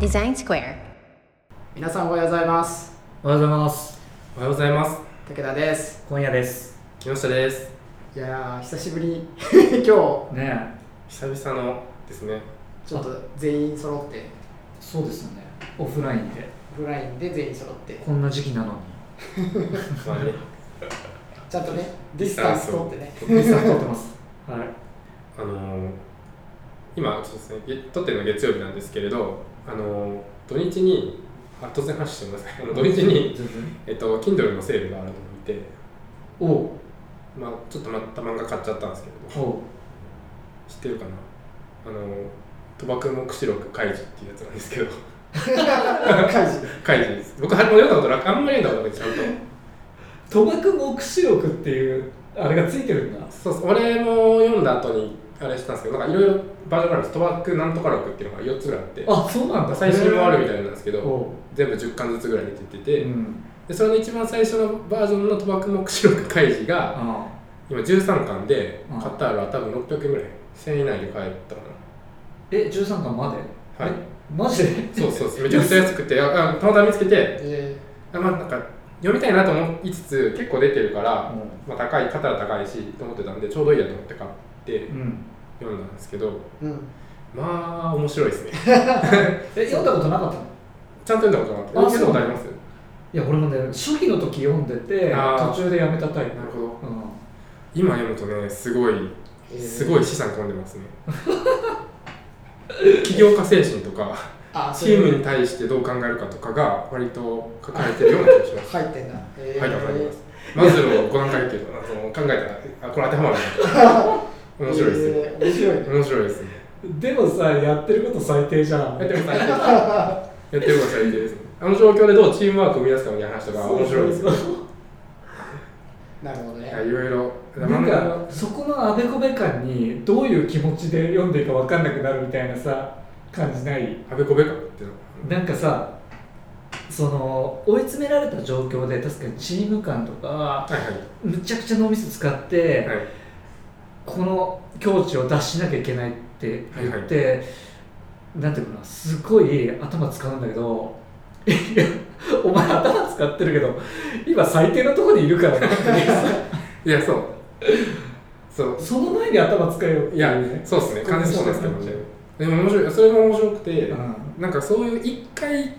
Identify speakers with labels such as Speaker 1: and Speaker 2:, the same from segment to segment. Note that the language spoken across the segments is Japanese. Speaker 1: デザインスクエア
Speaker 2: 皆さんおはようございます
Speaker 3: おはようございます。
Speaker 4: おはようございます。
Speaker 2: 武田です
Speaker 3: 今夜です。
Speaker 4: 木下です。
Speaker 2: いやー久しぶりに 今日ちょ
Speaker 3: ね
Speaker 4: 久々のですね。
Speaker 2: っと全員揃って
Speaker 3: え、そうですよね。オフラインで。
Speaker 2: オフラインで全員揃って
Speaker 3: こんな時期なのに。
Speaker 4: まあね、
Speaker 2: ちゃんとねディスタンス取ってね
Speaker 3: ミスター撮って ます。はい。
Speaker 4: あのー、今そうですね、げ撮ってるのは月曜日なんですけれど、あのー、土日に、あ突然話してください。あの土日に、
Speaker 3: 全然。
Speaker 4: えっと、Kindle のセールがあるのを見て、
Speaker 3: おう
Speaker 4: まあちょっとまた漫画買っちゃったんですけれど、
Speaker 3: おう。
Speaker 4: 知ってるかなあのー、賭博目視録開示っていうやつなんですけど、
Speaker 2: 開示
Speaker 4: 開示です。僕はもう読んだことなく、あんまり読んだことなくて、ちゃんと。
Speaker 3: 賭博目視録っていう、あれがついてるんだ。
Speaker 4: そうそう俺も読んだ後に、あれしたんですけど、なんかいろいろバージョンがあるんです。賭博なんとか録っていうのが4つぐらいあって。
Speaker 3: あ、そうなんだ。
Speaker 4: 最新もあるみ
Speaker 3: い。
Speaker 4: たいなんですけど
Speaker 3: おう。
Speaker 4: 全部10巻ずつぐらい出てて
Speaker 3: う
Speaker 4: て、
Speaker 3: ん。
Speaker 4: でそれの一番最初のバージョンの賭博目視録開示が
Speaker 3: あ
Speaker 4: 今13巻で
Speaker 3: うん
Speaker 4: 買ったら多分600円ぐらい1000円以内で買えたか
Speaker 3: あ。え、十三巻まで。
Speaker 4: なはい
Speaker 3: え。マジ で。
Speaker 4: そうそうそうめちゃくちゃ安くてああたまたま見つけて
Speaker 2: え
Speaker 4: あまあなんか読みたいなと思いつつ結構出てるから、
Speaker 3: う
Speaker 4: まあ、高い肩ら高いしと思ってたんでちょうどいいやと思って買って
Speaker 3: うん。
Speaker 4: 読んだんですけど
Speaker 2: ーうん
Speaker 4: まあ面白いですね
Speaker 3: え、読んだことなかったの。
Speaker 4: ちゃんと読んだことな
Speaker 3: あ
Speaker 4: かった読んだことあります
Speaker 3: いや、俺もね、初期の時読んでて、
Speaker 4: あー
Speaker 3: 途中でやめたタイプ。
Speaker 4: なるほど
Speaker 3: うん。
Speaker 4: 今読むとねすごい
Speaker 2: えー
Speaker 4: すごい資産込んでますね 起業家精神とか
Speaker 2: あ
Speaker 4: チ
Speaker 2: そう
Speaker 4: ーム
Speaker 2: いう
Speaker 4: に対してどう考えるかとかが割と書かれてるような気がします
Speaker 2: 入ってんだえー
Speaker 4: はいわかりますマズロー5段階っていうのはその考えたらあこれ当てはまるな面白いですね、
Speaker 2: えー面白いね
Speaker 4: 面白いですね
Speaker 3: でもさ、やってること最低じゃん。
Speaker 4: やってること最低ですやってること最低ですねあの状況でどうチームワークを生み出すかみたいな話とか面白いですね
Speaker 2: なるほどね
Speaker 4: いやいろいろ
Speaker 3: なんかそこのあべこべ感にどういう気持ちで読んでいいか分かんなくなるみたいなさ感じない
Speaker 4: あべこべかっていうの
Speaker 3: なんかさその追い詰められた状況で確かにチーム感とか
Speaker 4: はいはい
Speaker 3: むちゃくちゃ脳みそ使って、
Speaker 4: はい
Speaker 3: この境地を脱しなきゃいけないって言って、なんていうのかなすごい頭使うんだけど いやお前頭使ってるけど今最低のところにいるからね
Speaker 4: いやそうそう
Speaker 3: その前に頭使えよって
Speaker 4: いや
Speaker 3: うね
Speaker 4: そうですね完全にそうなんですけど
Speaker 3: こう
Speaker 4: ね
Speaker 3: いう
Speaker 4: でも面白いそれも面白くて、
Speaker 3: う
Speaker 4: なんかそういう一回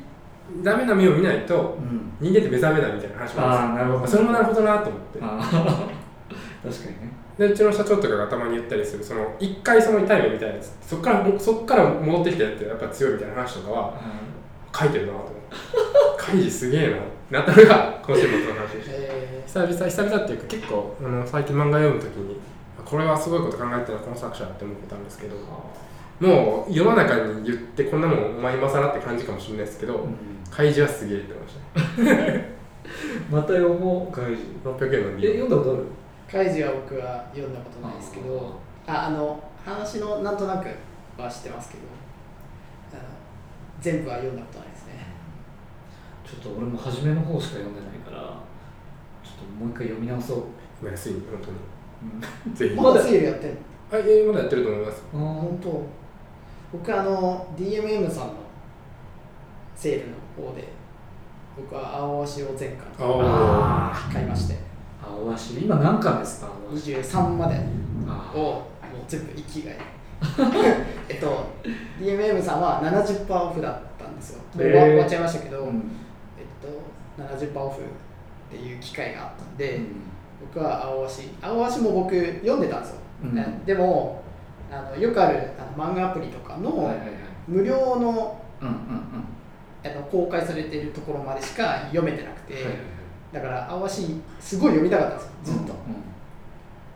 Speaker 4: ダメな目を見ないと
Speaker 3: ん、
Speaker 4: 人間って目覚めないみたいな話もあ
Speaker 3: ああなる
Speaker 4: る
Speaker 3: ほ
Speaker 4: ん
Speaker 3: ど
Speaker 4: ですよそれもなるほどなと思って
Speaker 3: ああ 確かにね
Speaker 4: でうちの社長とかがたまに言ったりするその一回その痛い目みたいなやつそっからもそっから戻ってきたやつってやっぱ強いみたいな話とかは書いてるなと思って 開示すげえなってなったのが今週末の話でした
Speaker 2: え
Speaker 4: 久々久々っていうか結構あの最近漫画読むときにこれはすごいこと考えてるなこの作者って思ったんですけどもう世の中に言ってこんなもんお前今更って感じかもしれないですけど、開示はすげえって思いましたね
Speaker 3: また読もう外事
Speaker 4: 600円の
Speaker 3: え
Speaker 4: ビー
Speaker 3: 読んだことある
Speaker 2: ーカイジは僕は読んだことないですけどああの話のなんとなくは知ってますけどあの全部は読んだことないですね
Speaker 3: ちょっと俺も初めの方しか読んでないからちょっともう一回読み直そう、
Speaker 4: ル安い本
Speaker 3: うん、
Speaker 4: 当にぜひ
Speaker 2: まだセールやってんの
Speaker 4: あいやまだやってると思います
Speaker 3: あ
Speaker 2: 本当僕あの DMM さんのセールの方で僕は青足を全巻
Speaker 4: あ
Speaker 3: あ
Speaker 2: 買いまして
Speaker 3: ー青足今何巻ですか青足
Speaker 2: 23まで
Speaker 3: あ
Speaker 2: をもう全部生きが いえっと DMM さんは70%オフだったんですよもう終わ
Speaker 3: へー
Speaker 2: 終わっちゃいましたけど、
Speaker 3: ーうん
Speaker 2: えっと70%オフっていう機会があったんで、
Speaker 3: うん
Speaker 2: 僕は青足青足も僕読んでたんですよ、
Speaker 3: うん
Speaker 2: ねでもあのよくあるあの漫画アプリとかの
Speaker 3: はいはいはい
Speaker 2: 無料の
Speaker 3: うんうん
Speaker 2: あの公開されてるところまでしか読めてなくて、
Speaker 3: うんはいはいはい
Speaker 2: だからあわしすごい読みたかったんですよずっと、
Speaker 3: うん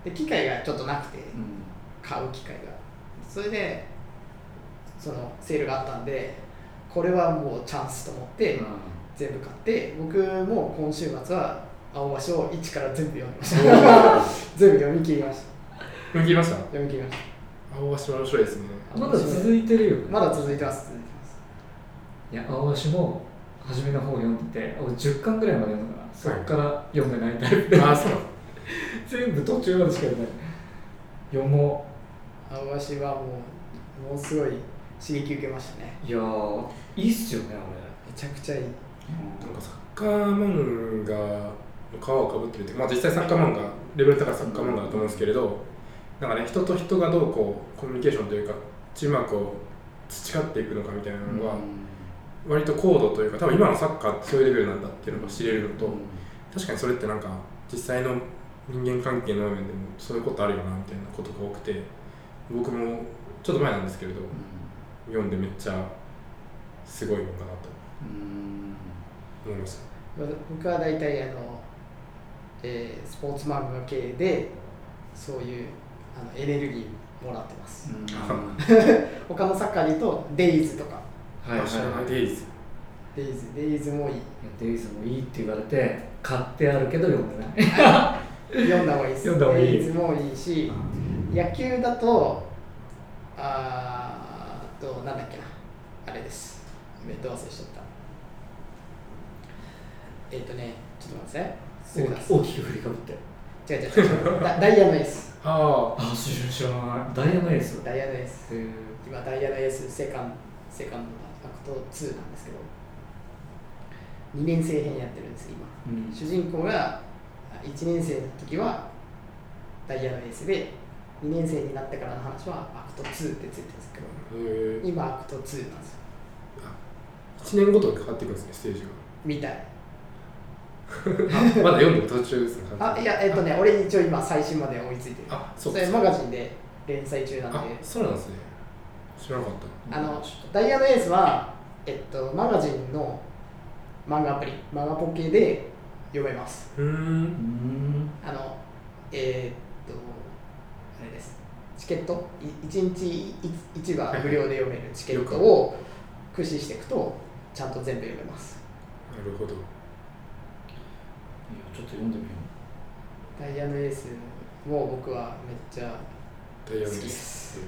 Speaker 2: で機会がちょっとなくて
Speaker 3: うん
Speaker 2: 買う機会がそれでそのセールがあったんでこれはもうチャンスと思って、
Speaker 3: うん
Speaker 2: 全部買って僕も今週末は青わしを一から全部読みまし
Speaker 4: お
Speaker 2: た 全部読み切りました
Speaker 4: ー切りました
Speaker 2: 読み切りました
Speaker 4: 青足面白いですね
Speaker 3: まだ続いてるよね
Speaker 2: まだ続いてます続いてます
Speaker 3: いや青足も初めの方読んでて俺10巻ぐらいまで読んだからそっから読んでないタイプ
Speaker 4: ああそう
Speaker 3: 全部途中までしか読めない読も
Speaker 2: 青わしはもうものすごい刺激受けましたね
Speaker 3: いやーいいっすよねあれ
Speaker 2: めちゃくちゃいい
Speaker 4: なんかサッカー漫画の皮をかぶってるって、まあ、実際サッカー漫画レベル高いサッカー漫画だと思うんですけれどなんかね人と人がどうこうコミュニケーションというかチームワークを培っていくのかみたいなのが割と高度というか多分今のサッカーってそういうレベルなんだっていうのが知れるのと確かにそれってなんか実際の人間関係の場面でもそういうことあるよなみたいなことが多くて僕もちょっと前なんですけれど読んでめっちゃすごいもんだなと思いました。
Speaker 2: 僕は大体あの、えースポーツ漫画系でそういうあのエネルギーもらってます、他のサッカーで言うとデイズとか
Speaker 3: はいはいはい
Speaker 4: デイズ
Speaker 2: デイズデイズもいい
Speaker 3: デイズもいいって言われて買ってあるけど読んでない
Speaker 2: 読んだ方がいいです
Speaker 3: 読んだ方がいい
Speaker 2: デイズもいいし野球だとあーあとなんだっけなあれですえっと忘れしちゃったえっ、とねちょっと待ってくださいすぐ出す
Speaker 3: 大きく振りかぶって
Speaker 2: 違う違う違うダダイヤのエース
Speaker 4: あ
Speaker 3: あ知ら知らないダイヤのエース
Speaker 2: ダイヤのエース
Speaker 3: へ
Speaker 2: 今ダイヤのエースセカンセカンドアクト2なんですけど2年生編やってるんです今
Speaker 3: うん
Speaker 2: 主人公が1年生の時はダイヤのエースで2年生になってからの話はアクト2ってついてるんですけど
Speaker 4: あへえ
Speaker 2: 今アクト2なんですよ
Speaker 4: 1年ごとに変わっていくんですねステージ
Speaker 2: みたい
Speaker 4: があまだ読んでる途中ですね
Speaker 2: あいやえっとね俺一応今最新まで追いついてる
Speaker 4: あそ
Speaker 2: そうれマガジンで連載中なんで
Speaker 4: あそうなんですね知らなかった
Speaker 2: あのダイヤのエースは、えっと、マガジンの漫画アプリマガポケで読めます
Speaker 4: うー
Speaker 3: うんん
Speaker 2: あの、えーっと、あれです、チケット、い1日1が無料で読めるチケットを駆使していくと、ちゃんと全部読めます。
Speaker 4: なるほど
Speaker 3: いやちょっと読んでみよ
Speaker 2: ダイヤのエースも僕はめっちゃ
Speaker 4: ダイ
Speaker 2: 好き
Speaker 4: ヤモン
Speaker 2: で
Speaker 4: ドです
Speaker 2: す。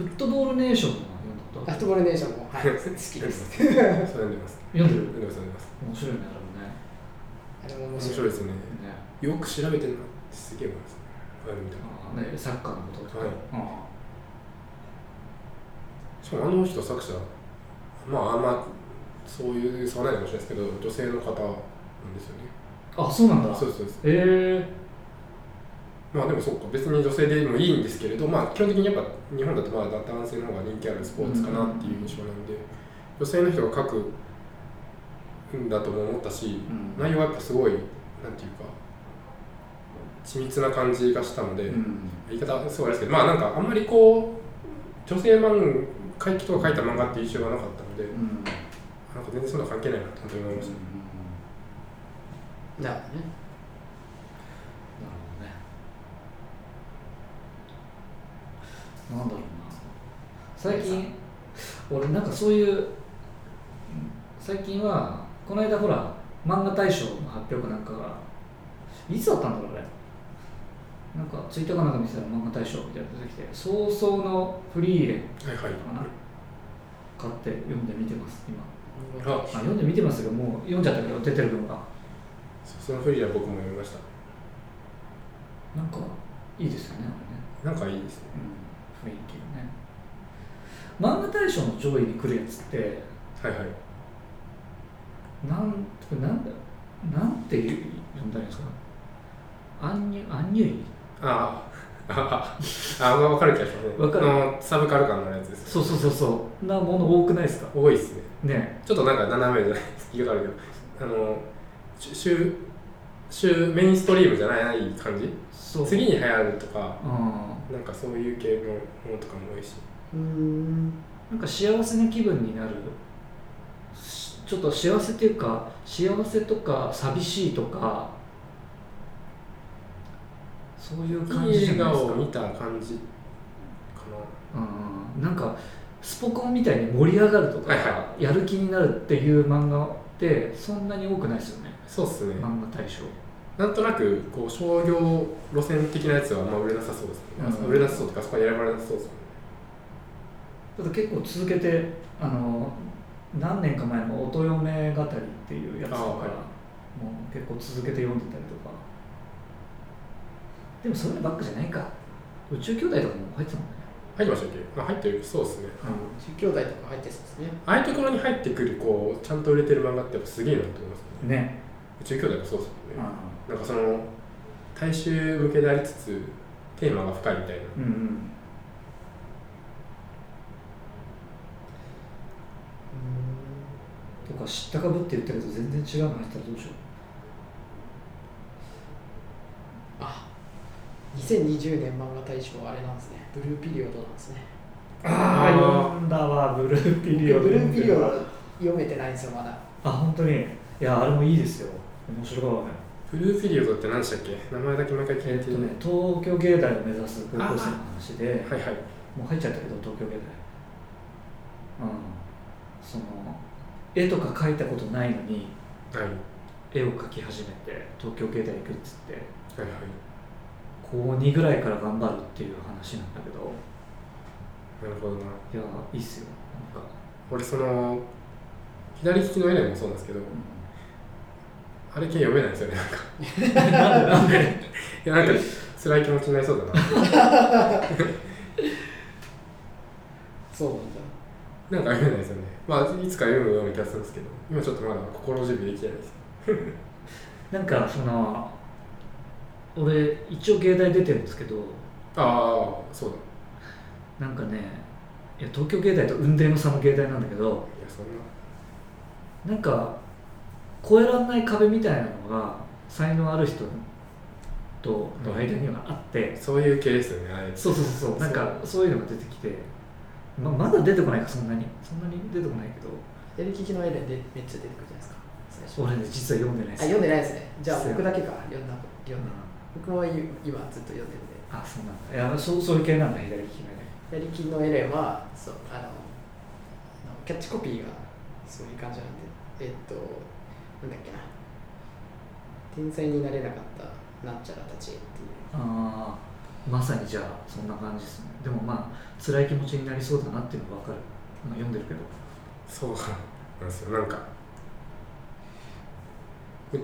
Speaker 3: うフットボールネーションも読んだこと
Speaker 2: ラ
Speaker 3: あ
Speaker 2: フ
Speaker 3: る
Speaker 2: トボールネーションも、はい、好き です。
Speaker 4: そう読んでます
Speaker 3: 読んでる
Speaker 4: 読んでます読んでます
Speaker 3: 面白いねあ
Speaker 2: あれも面
Speaker 4: 面
Speaker 2: 白い
Speaker 4: 白いですね
Speaker 3: れもねね
Speaker 4: よく調べてるなってすげえ思いますねあれ見たら
Speaker 3: あーねサッカーのこととか、
Speaker 4: はい
Speaker 3: あ
Speaker 4: しかもあの人作者まああんまそういう差はないかもしれないですけど女性の方なんですよね
Speaker 3: ーあそうなんだ
Speaker 4: そうですそうです
Speaker 3: へえ
Speaker 4: まあでもそうか別に女性でもいいんですけれどまあ基本的にやっぱ日本だとまだ男性の方が人気あるスポーツかなっていう印象なんで女性の人が書くんだとも思ったし
Speaker 3: うん
Speaker 4: 内容はやっぱすごいなんていうか緻密な感じがしたので、
Speaker 3: うん
Speaker 4: 言い方はすごいあれですけどまあなんかあんまりこう女性漫画怪奇とか書いた漫画っていう印象がなかったので
Speaker 3: うん
Speaker 4: なんか全然そんな関係ないなって本当に思いました、
Speaker 2: なるほどね。
Speaker 3: なるほどねなんだろうな最近俺なんかそういう最近はこの間ほら漫画大賞の発表かなんかがいつだったんだろうあれなんかツイッターかなんか見てたら漫画大賞みたいなの出てきて「早々のフリーレン」
Speaker 4: はいはい
Speaker 3: かな買って読んでみてます今
Speaker 4: あ
Speaker 3: あ読んでみてますけどもう読んじゃったけど出てるのが
Speaker 4: そうそのフリーは僕も読みました
Speaker 3: なんかいいですよねあれね
Speaker 4: なんかいいですね
Speaker 3: うん、雰囲気がね漫画大賞の上位に来るやつって
Speaker 4: はいはい
Speaker 3: なんなんだなんていう呼んだらいいんですかアンニュアンニュイ
Speaker 4: あああああ分かる気がしますね
Speaker 3: わかる
Speaker 4: あのサブカル感のあるやつです
Speaker 3: そうそうそうそうなもの多くないですか
Speaker 4: 多いですね
Speaker 3: ね
Speaker 4: ちょっとなんか斜めじゃないです言い方あるけどあのし週週メインストリームじゃない感じ
Speaker 3: そう
Speaker 4: 次に流行るとか
Speaker 3: うん
Speaker 4: なんかそういう系のものとかも多いし
Speaker 2: うーん、
Speaker 3: なんか幸せな気分になるしちょっと幸せっていうか幸せとか寂しいとかそういう感じ
Speaker 4: いい
Speaker 3: じゃ
Speaker 4: 笑
Speaker 3: ないです
Speaker 4: 顔
Speaker 3: か
Speaker 4: を見た感じか
Speaker 3: うんなんかスポコンみたいに盛り上がるとか、
Speaker 4: はいは
Speaker 3: やる気になるっていう漫画ってそんなに多くないですよね
Speaker 4: なそうっすね
Speaker 3: 漫画大賞
Speaker 4: なんとなくこう商業路線的なやつはあんま売れなさそうですね、
Speaker 3: うん
Speaker 4: 売れなさそうとかそこに選ばれなさそうですね
Speaker 3: ただ結構続けてあの何年か前の「音嫁語り」っていうやつとか、
Speaker 4: あ
Speaker 3: も
Speaker 4: はいう
Speaker 3: 結構続けて読んでたりとかでもそればっかじゃないか宇宙兄弟とかも入ってたもんね
Speaker 4: 入ってましたっけ、まあ、入ってるそうですね、
Speaker 2: 10兄弟とか入ってそうですね
Speaker 4: ああいうところに入ってくるこうちゃんと売れてる漫画ってやっぱすげえなと思いますね
Speaker 3: うんね
Speaker 4: 宇宙兄弟もそうです
Speaker 3: う
Speaker 4: もんね、
Speaker 3: ん
Speaker 4: なんかその大衆向けでありつつテーマが深いみたいな
Speaker 3: うんとか知ったかぶって言ったけど全然違うの入ったらどうしよ
Speaker 2: あ2020年漫画大賞あれなんですねブルーピリオドなんですね
Speaker 3: うああ読んだわブルーピ
Speaker 2: ブ
Speaker 3: リオド
Speaker 2: ルーピリオド読めてないんですよまだ
Speaker 3: あ本当にいやあれもいいですよ面白かったね
Speaker 4: ブルーフィリオドって何でしたっけ名前だけ毎回聞
Speaker 3: え
Speaker 4: い
Speaker 3: ってと
Speaker 4: る、
Speaker 3: ね東京芸大を目指す高校生の話で
Speaker 4: はいはい
Speaker 3: もう入っちゃったけど東京芸大うんその絵とか描いたことないのに
Speaker 4: はいはい
Speaker 3: 絵を描き始めて東京芸大行くっつって
Speaker 4: はい
Speaker 3: 高2ぐらいから頑張るっていう話なんだけど
Speaker 4: なるほどない
Speaker 3: やいいっすよなんか、
Speaker 4: 俺その左利きのエレンもそうなんですけど
Speaker 3: う
Speaker 4: あれ系読めないんですよねなん
Speaker 3: ん
Speaker 4: か
Speaker 3: なんでなんで
Speaker 4: いやなんか辛い気持ちになりそ うだな
Speaker 2: そうなんだ
Speaker 4: なんか読めないですよね。まあ、いつか読むような気がするんですけど、今ちょっとまだ心準備できてないです。
Speaker 3: なんかその俺一応芸大出てるんですけど
Speaker 4: ああ、そうだ。
Speaker 3: なんかねいや東京芸大と雲泥の差の芸大なんだけど
Speaker 4: いや、そんな。
Speaker 3: なんか越えられない壁みたいなのが才能ある人との間にはあって、
Speaker 4: そういう系ですよね、あれ。
Speaker 3: そうそうそうそうなんかそういうのが出てきて、ままだ出てこないかそんなにそんなに出てこないけど
Speaker 2: 左利きのエレンでめっちゃ出てくるじゃないですか最初
Speaker 3: 俺ね実は読んでない
Speaker 2: あ
Speaker 3: です
Speaker 2: 読んでないですねじゃあ
Speaker 3: そう
Speaker 2: 僕だけか読んだ読
Speaker 3: うん
Speaker 2: だ
Speaker 3: ん
Speaker 2: 僕も今ずっと読んでるんで
Speaker 3: あそうなんだいやそうそういう系なんだ左利きがね
Speaker 2: 左利きのエレンはそうあのあのキャッチコピーがそういう感じなんでえっとなんだっけな天才になれなかったなんちゃらたちへっていう
Speaker 3: ああまさにじゃあそんな感じですねでもまあ辛い気持ちになりそうだなっていうのが分かる、まあ、読んでるけど
Speaker 4: そうなんですよ、なんか。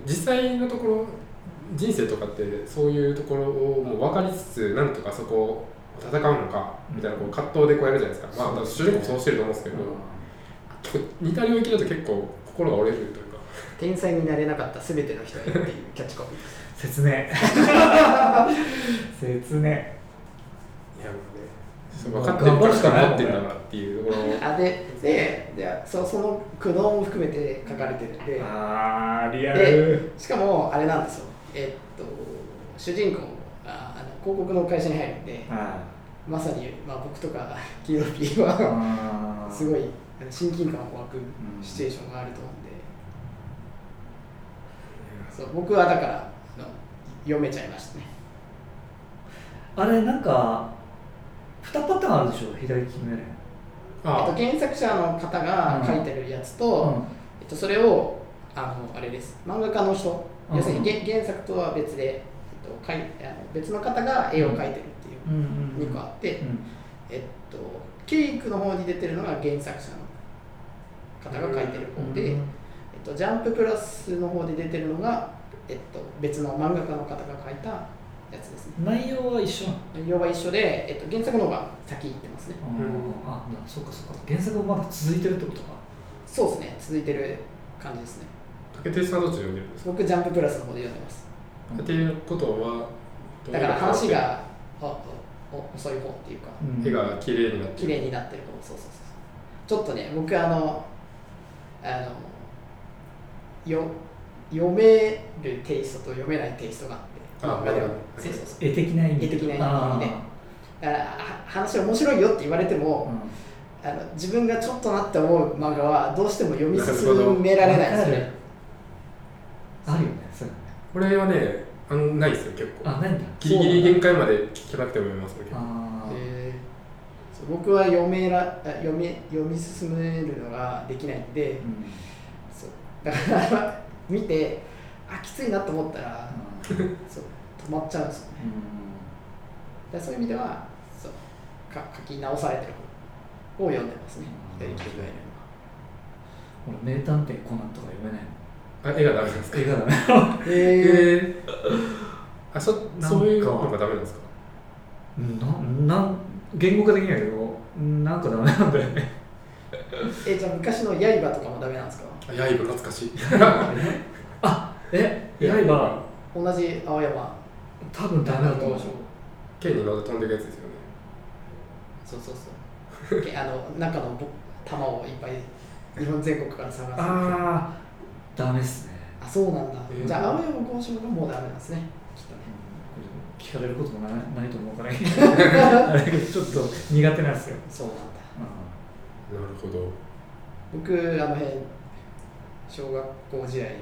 Speaker 4: 実際のところ、人生とかって、そういうところをもう分かりつつ、なんとかそこを戦うのか、みたいなこう葛藤でこうやるじゃないですか。まあ、私主人公もそうしてると思うんですけど、結構似た領域だと結構心が折れるというか。
Speaker 2: 天才になれなかった全ての人へっていうキャッチコピー です
Speaker 3: 説明説明
Speaker 4: いや、もうね。そう分かってるからしか持ってんだからっていうところを。
Speaker 2: あでででそその苦悩も含めて書かれてるんで
Speaker 3: あーリア
Speaker 2: でしかもあれなんですよえっと主人公があの広告の会社に入るんで
Speaker 3: は
Speaker 2: まさに、まあ、僕とかキーロピーはすごいあの親近感を湧くシチュエーションがあると思うんで、そう僕はだからあの読めちゃいましたね
Speaker 3: あれなんか二パターンあるでしょ左利きのや
Speaker 4: あ
Speaker 2: えっと、原作者の方が書いてるやつと、えっと、それをあのあれです漫画家の人
Speaker 3: うん
Speaker 2: 要するに原原作とは別で、えっと、かいあの別の方が絵を描いてるっていう
Speaker 3: うんうんうん
Speaker 2: 2個あって、
Speaker 3: うん
Speaker 2: えっと、ケイクの方に出てるのが原作者の方が書いてる方で、
Speaker 3: うん
Speaker 2: えっと、ジャンププラスの方で出てるのが、えっと、別の漫画家の方が書いたやつですね
Speaker 3: 内容は一緒なの
Speaker 2: 内容は一緒で、えっと、原作の方が先行ってますね
Speaker 4: ん
Speaker 3: あーあそうかそうか原作もまだ続いてるってことか
Speaker 2: そうですね続いてる感じですね
Speaker 4: 竹手さんどっちで読んでるんですか
Speaker 2: 僕ジャンププラスの方で読んでます
Speaker 4: っていうことはどう
Speaker 2: だ
Speaker 4: いう
Speaker 2: から話がおおお遅い方っていうか
Speaker 4: 絵が綺麗になって
Speaker 2: 綺麗になってる方そうそうそうそうちょっとね僕あのあのよ読めるテイストと読めないテイストがあって
Speaker 4: あ
Speaker 2: 漫画では
Speaker 4: はい
Speaker 2: そうそうそう
Speaker 3: 絵的な意味
Speaker 2: 絵的な意味で
Speaker 3: あ
Speaker 2: だからは話面白いよって言われて
Speaker 3: ーう
Speaker 2: も、
Speaker 3: ん
Speaker 2: あの自分がちょっとなって思う漫画はどうしても読み進められないんですよね
Speaker 3: あるよねそういう
Speaker 4: これはねあのないですよ結
Speaker 3: のあ
Speaker 4: 構
Speaker 3: ないんだ
Speaker 4: ギリギリ限界まで聞けなくても読めますけど
Speaker 3: あー
Speaker 2: へーそう僕は読めらあ読み読み進めるのができないんで、
Speaker 3: うん
Speaker 2: そうだから 見てあきついなと思ったら
Speaker 3: うん
Speaker 2: そう止まっちゃうんですよねだからそういう意味ではそうか書き直されてる方を読んでますね
Speaker 3: うん
Speaker 2: 左利きの絵
Speaker 3: 俺名探偵コナンとか読めない
Speaker 4: あ絵がダメなんですか
Speaker 3: 映画だね
Speaker 2: はへえ
Speaker 4: えーあそ
Speaker 3: なんか
Speaker 4: そういうのがダメなんですか
Speaker 3: ななん言語化できないけどなんかダメなんだよね
Speaker 2: えじゃあ昔の刃とかもダメなんですか
Speaker 4: 刃懐かしい
Speaker 3: あえ
Speaker 4: いや
Speaker 3: 刃
Speaker 2: 同じ青山
Speaker 3: 多分ダメだと思う
Speaker 4: 剣に乗って飛んでるやつですよね
Speaker 2: そうそうそう けあの中のぼ玉をいっぱい日本全国から探す
Speaker 3: あーダメっすね
Speaker 2: あそうなんだ、
Speaker 4: えー
Speaker 2: じゃあ青山剛昌がもうダメなんですねきっとね
Speaker 3: 聞かれることもなないと思うからあれだけどちょっと苦手なんですよ、
Speaker 2: そうなんだ
Speaker 3: う
Speaker 4: なるほど
Speaker 2: 僕あの辺小学校時代もう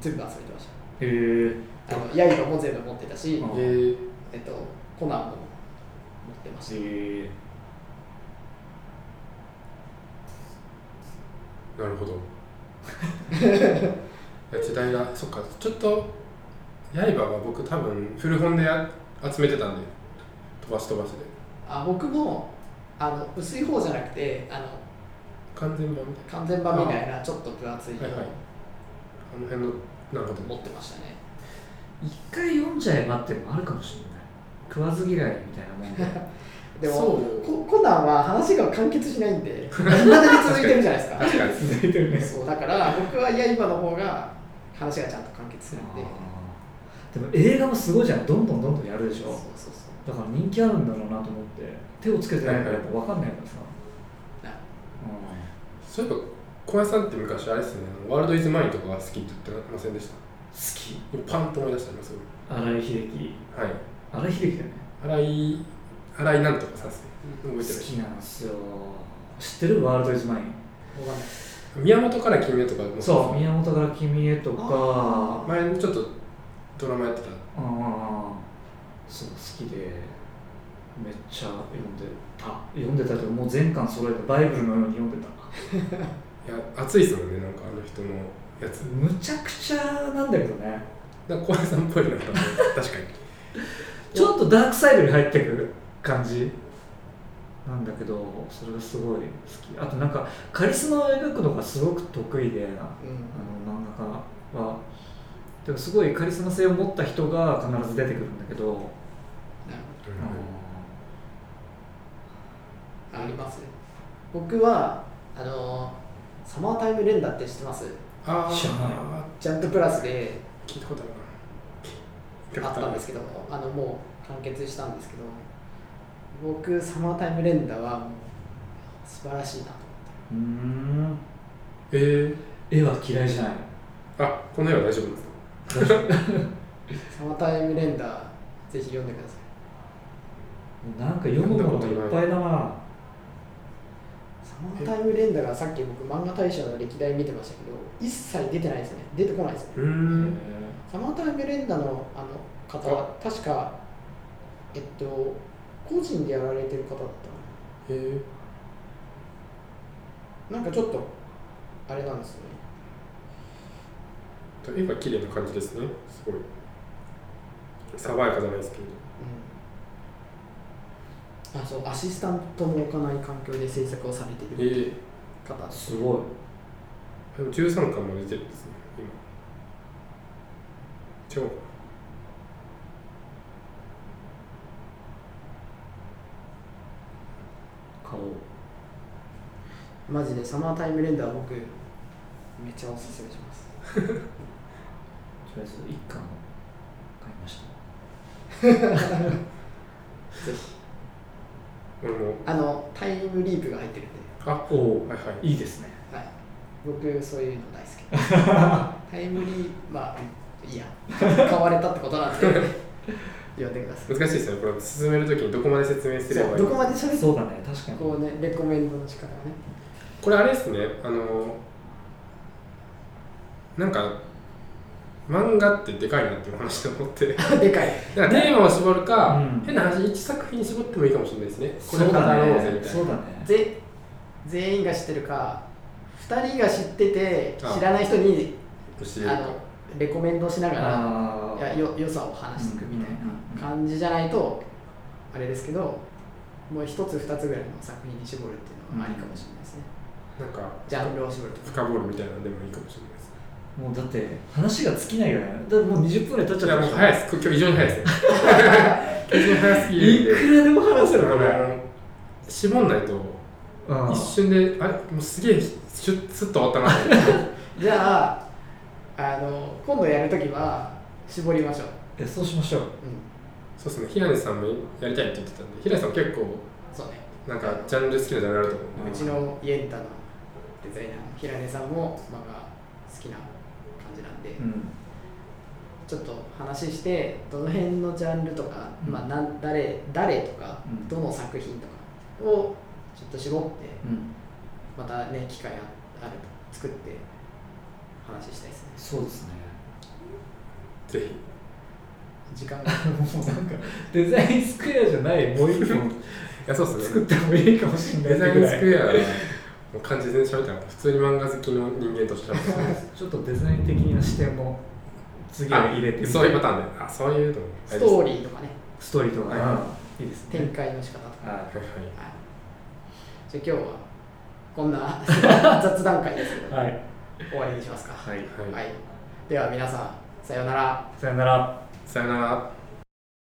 Speaker 2: 全部遊びてまし
Speaker 3: ん、えー、
Speaker 2: たあの刃も全部持ってたし、
Speaker 3: うん
Speaker 4: えー、
Speaker 2: えっとコナンも持ってました
Speaker 3: え
Speaker 4: なるほどいや時代がそっかちょっと刃は僕多分古本でや集めてたんで飛ばし飛ばしで
Speaker 2: あ僕もあの薄い方じゃなくてあの
Speaker 4: 完全版みたい
Speaker 2: 完全版みたいなちょっと分厚いのを
Speaker 4: はいはいなあの辺のなるほ
Speaker 2: 持
Speaker 4: ど
Speaker 2: ってましたね、
Speaker 3: 一回読んじゃえばっていうのもあるかもしれない食わず嫌いみたいなもんで
Speaker 2: でも
Speaker 4: そう
Speaker 2: ココナンは話が完結しないん で、まだに続いてるじゃないですか。
Speaker 4: 確かに
Speaker 3: 続いてるね
Speaker 2: そうだから僕は刃の方が話がちゃんと完結するんで、
Speaker 3: でも映画もすごいじゃんどんどんどんどんやるでし
Speaker 2: そう
Speaker 3: ょ
Speaker 2: そうそ
Speaker 3: だから人気あるんだろうなと思って手をつけてないからやっぱ分かんないからさ、
Speaker 2: な
Speaker 4: そういえば小林さんって昔あれですねあのワールド・イズ・マインとかが好きって言ってませんでした
Speaker 3: 好
Speaker 4: パンと思い出したんですよ
Speaker 3: き新井秀樹
Speaker 4: はい
Speaker 3: 新井秀樹だよね
Speaker 4: 新井新井なんとかさんですね
Speaker 2: う。
Speaker 4: 覚えて
Speaker 3: 好きなんですよ知ってるワールドイズマイン
Speaker 2: わかんない
Speaker 4: る宮本から君へとかも
Speaker 3: そう宮本から君へとか
Speaker 4: 前にちょっとドラマやってた
Speaker 3: ああそう好きでめっちゃ読んでた読んでたけどもう全巻揃えてバイブルのように読んでた
Speaker 4: いや熱いですもんねなんかあの人のやつ
Speaker 3: むちゃくちゃなんだけどね
Speaker 4: なんか小林さんっぽいなと思って確かに
Speaker 3: ちょっとダークサイドに入ってくる感じなんだけどそれがすごい好きあとなんかカリスマを描くのがすごく得意であ
Speaker 2: うん
Speaker 3: の漫画家はでもすごいカリスマ性を持った人が必ず出てくるんだけど、
Speaker 2: なる
Speaker 3: あ
Speaker 2: ほどありますね。僕はあのサマータイム連打って知ってます？
Speaker 4: ああ
Speaker 3: 知らない
Speaker 2: ジャンププラスで
Speaker 4: 聞いたことあるな
Speaker 2: あったんですけど、あのもう完結したんですけど、僕サマータイム連打はもう素晴らしいなと思って。
Speaker 3: ーうーん
Speaker 4: えー、
Speaker 3: 絵は嫌いじゃない
Speaker 4: あこの絵は大丈夫ですか
Speaker 2: サマータイムレンダー、ぜひ読んでください。
Speaker 3: なんか読むものがいっぱいだな
Speaker 2: サマータイムレンダーがさっき僕、漫画大賞の歴代見てましたけど、一切出てないですね。出てこないですね。
Speaker 4: うーん
Speaker 2: サマータイムレンダーのあの方は、確か、えっと、個人でやられてる方だった
Speaker 4: えー、
Speaker 2: のなんかちょっと、あれなんですよね。
Speaker 4: と絵が綺麗な感じですねすごい爽やかじゃないですけど
Speaker 2: うん。あ、そう、アシスタントも置かない環境で制作をされている
Speaker 4: え
Speaker 2: 方です。
Speaker 3: すごい
Speaker 4: ー、でも13巻も出てるんですね今違う
Speaker 3: 顔
Speaker 2: マジでサマータイムレンダーは僕、めっちゃおすすめします。
Speaker 3: とりあえず一巻買いました
Speaker 2: ぜひ。
Speaker 4: 俺も
Speaker 2: あのタイムリープが入ってるんで、
Speaker 4: あ
Speaker 3: おお
Speaker 4: はいはい
Speaker 3: いいですね
Speaker 2: はい、僕そういうの大好 きタイムリーまあうんいいや買われたってことなんで読んでください
Speaker 4: 難しいですねこれ進めるときにどこまで説明すればい
Speaker 2: そう
Speaker 4: いの
Speaker 2: ど
Speaker 4: か
Speaker 2: こまで喋って
Speaker 3: そうだね確かに
Speaker 2: こうねレコメンドの力がね
Speaker 4: これあれですねあのなんか漫画ってでかいなっていう話と思って
Speaker 2: あでかい
Speaker 4: なんかテーマを絞るか、
Speaker 3: うん
Speaker 4: 変な話1作品に絞ってもいいかもしれないですねこ
Speaker 3: そ
Speaker 4: れ語
Speaker 3: う
Speaker 4: ろ
Speaker 3: だ
Speaker 4: う
Speaker 3: ね
Speaker 4: ぜみたい
Speaker 3: そ
Speaker 4: な
Speaker 3: うだね
Speaker 2: ぜ全員が知ってるか2人が知ってて
Speaker 4: あ
Speaker 2: 知らない人に
Speaker 4: 教える
Speaker 2: あ
Speaker 4: か
Speaker 2: のレコメンドしながらい
Speaker 3: あー
Speaker 2: やよ良さを話していくみたい
Speaker 3: うんうんうんうん
Speaker 2: な感じじゃないとあれですけどもう1つ2つぐらいの作品に絞るっていうのはありかもしれないですね、
Speaker 4: なんか
Speaker 2: ジャンルを絞ると
Speaker 4: 深掘るみたいなのでもいいかもしれないです
Speaker 3: もうだって話が尽きないぐらいだってもう20分ぐらい経っち
Speaker 4: いや
Speaker 3: ゃった
Speaker 4: も
Speaker 3: でし
Speaker 4: う
Speaker 3: ょ
Speaker 4: 早いです今日非常に早いですね急に早すぎるん
Speaker 3: い
Speaker 4: で
Speaker 3: くらでも話せるこれ、
Speaker 4: あの絞んないと
Speaker 3: うん
Speaker 4: 一瞬であれもうすげえシュッスッと終わったなって
Speaker 2: じゃああの今度やるときは絞りましょう、
Speaker 3: えそうしましょう
Speaker 2: うん、
Speaker 4: そうですね平根さんもやりたいって言ってたんで平根さん結構
Speaker 2: そうね
Speaker 4: なんかジャンル好きなジャンルあると思うんで
Speaker 2: うちのイエンタのデザイナーの平根さんも漫画好きな感じなんで、
Speaker 3: うん
Speaker 2: ちょっと話してどの辺のジャンルとか、
Speaker 3: うん
Speaker 2: まあ、なん誰誰とか、
Speaker 3: うん
Speaker 2: どの作品とかをちょっと絞って
Speaker 3: うん
Speaker 2: またね機会ああると作って話したいですね
Speaker 3: そうですね
Speaker 4: ぜひ
Speaker 2: 時 間が
Speaker 3: もうなんかデザインスクエアじゃないもう一本
Speaker 4: いやそうっす
Speaker 3: 作
Speaker 4: ね
Speaker 3: ってもいいかもしれない
Speaker 4: デザインス
Speaker 3: エ
Speaker 4: クエアはもう完全然喋ってなかった普通に漫画好きの人間として喋ってなかっ
Speaker 3: アちょっとデザイン的な視点も次
Speaker 4: た
Speaker 3: は入れてみて
Speaker 4: そういうパターンであそういうのも
Speaker 2: ストー
Speaker 4: リ
Speaker 2: リーとかね
Speaker 3: ストーリーとか、、
Speaker 4: はい
Speaker 3: いですね
Speaker 2: 展開の仕方とか、
Speaker 3: は
Speaker 4: ーはいはい
Speaker 2: はいじゃあ今日はこんな 雑談会ですけど、
Speaker 3: い、はい
Speaker 2: 終わりにしますか、
Speaker 3: はい、
Speaker 4: はい
Speaker 2: はい、では皆さんさようなら
Speaker 3: さよなら
Speaker 4: さよなら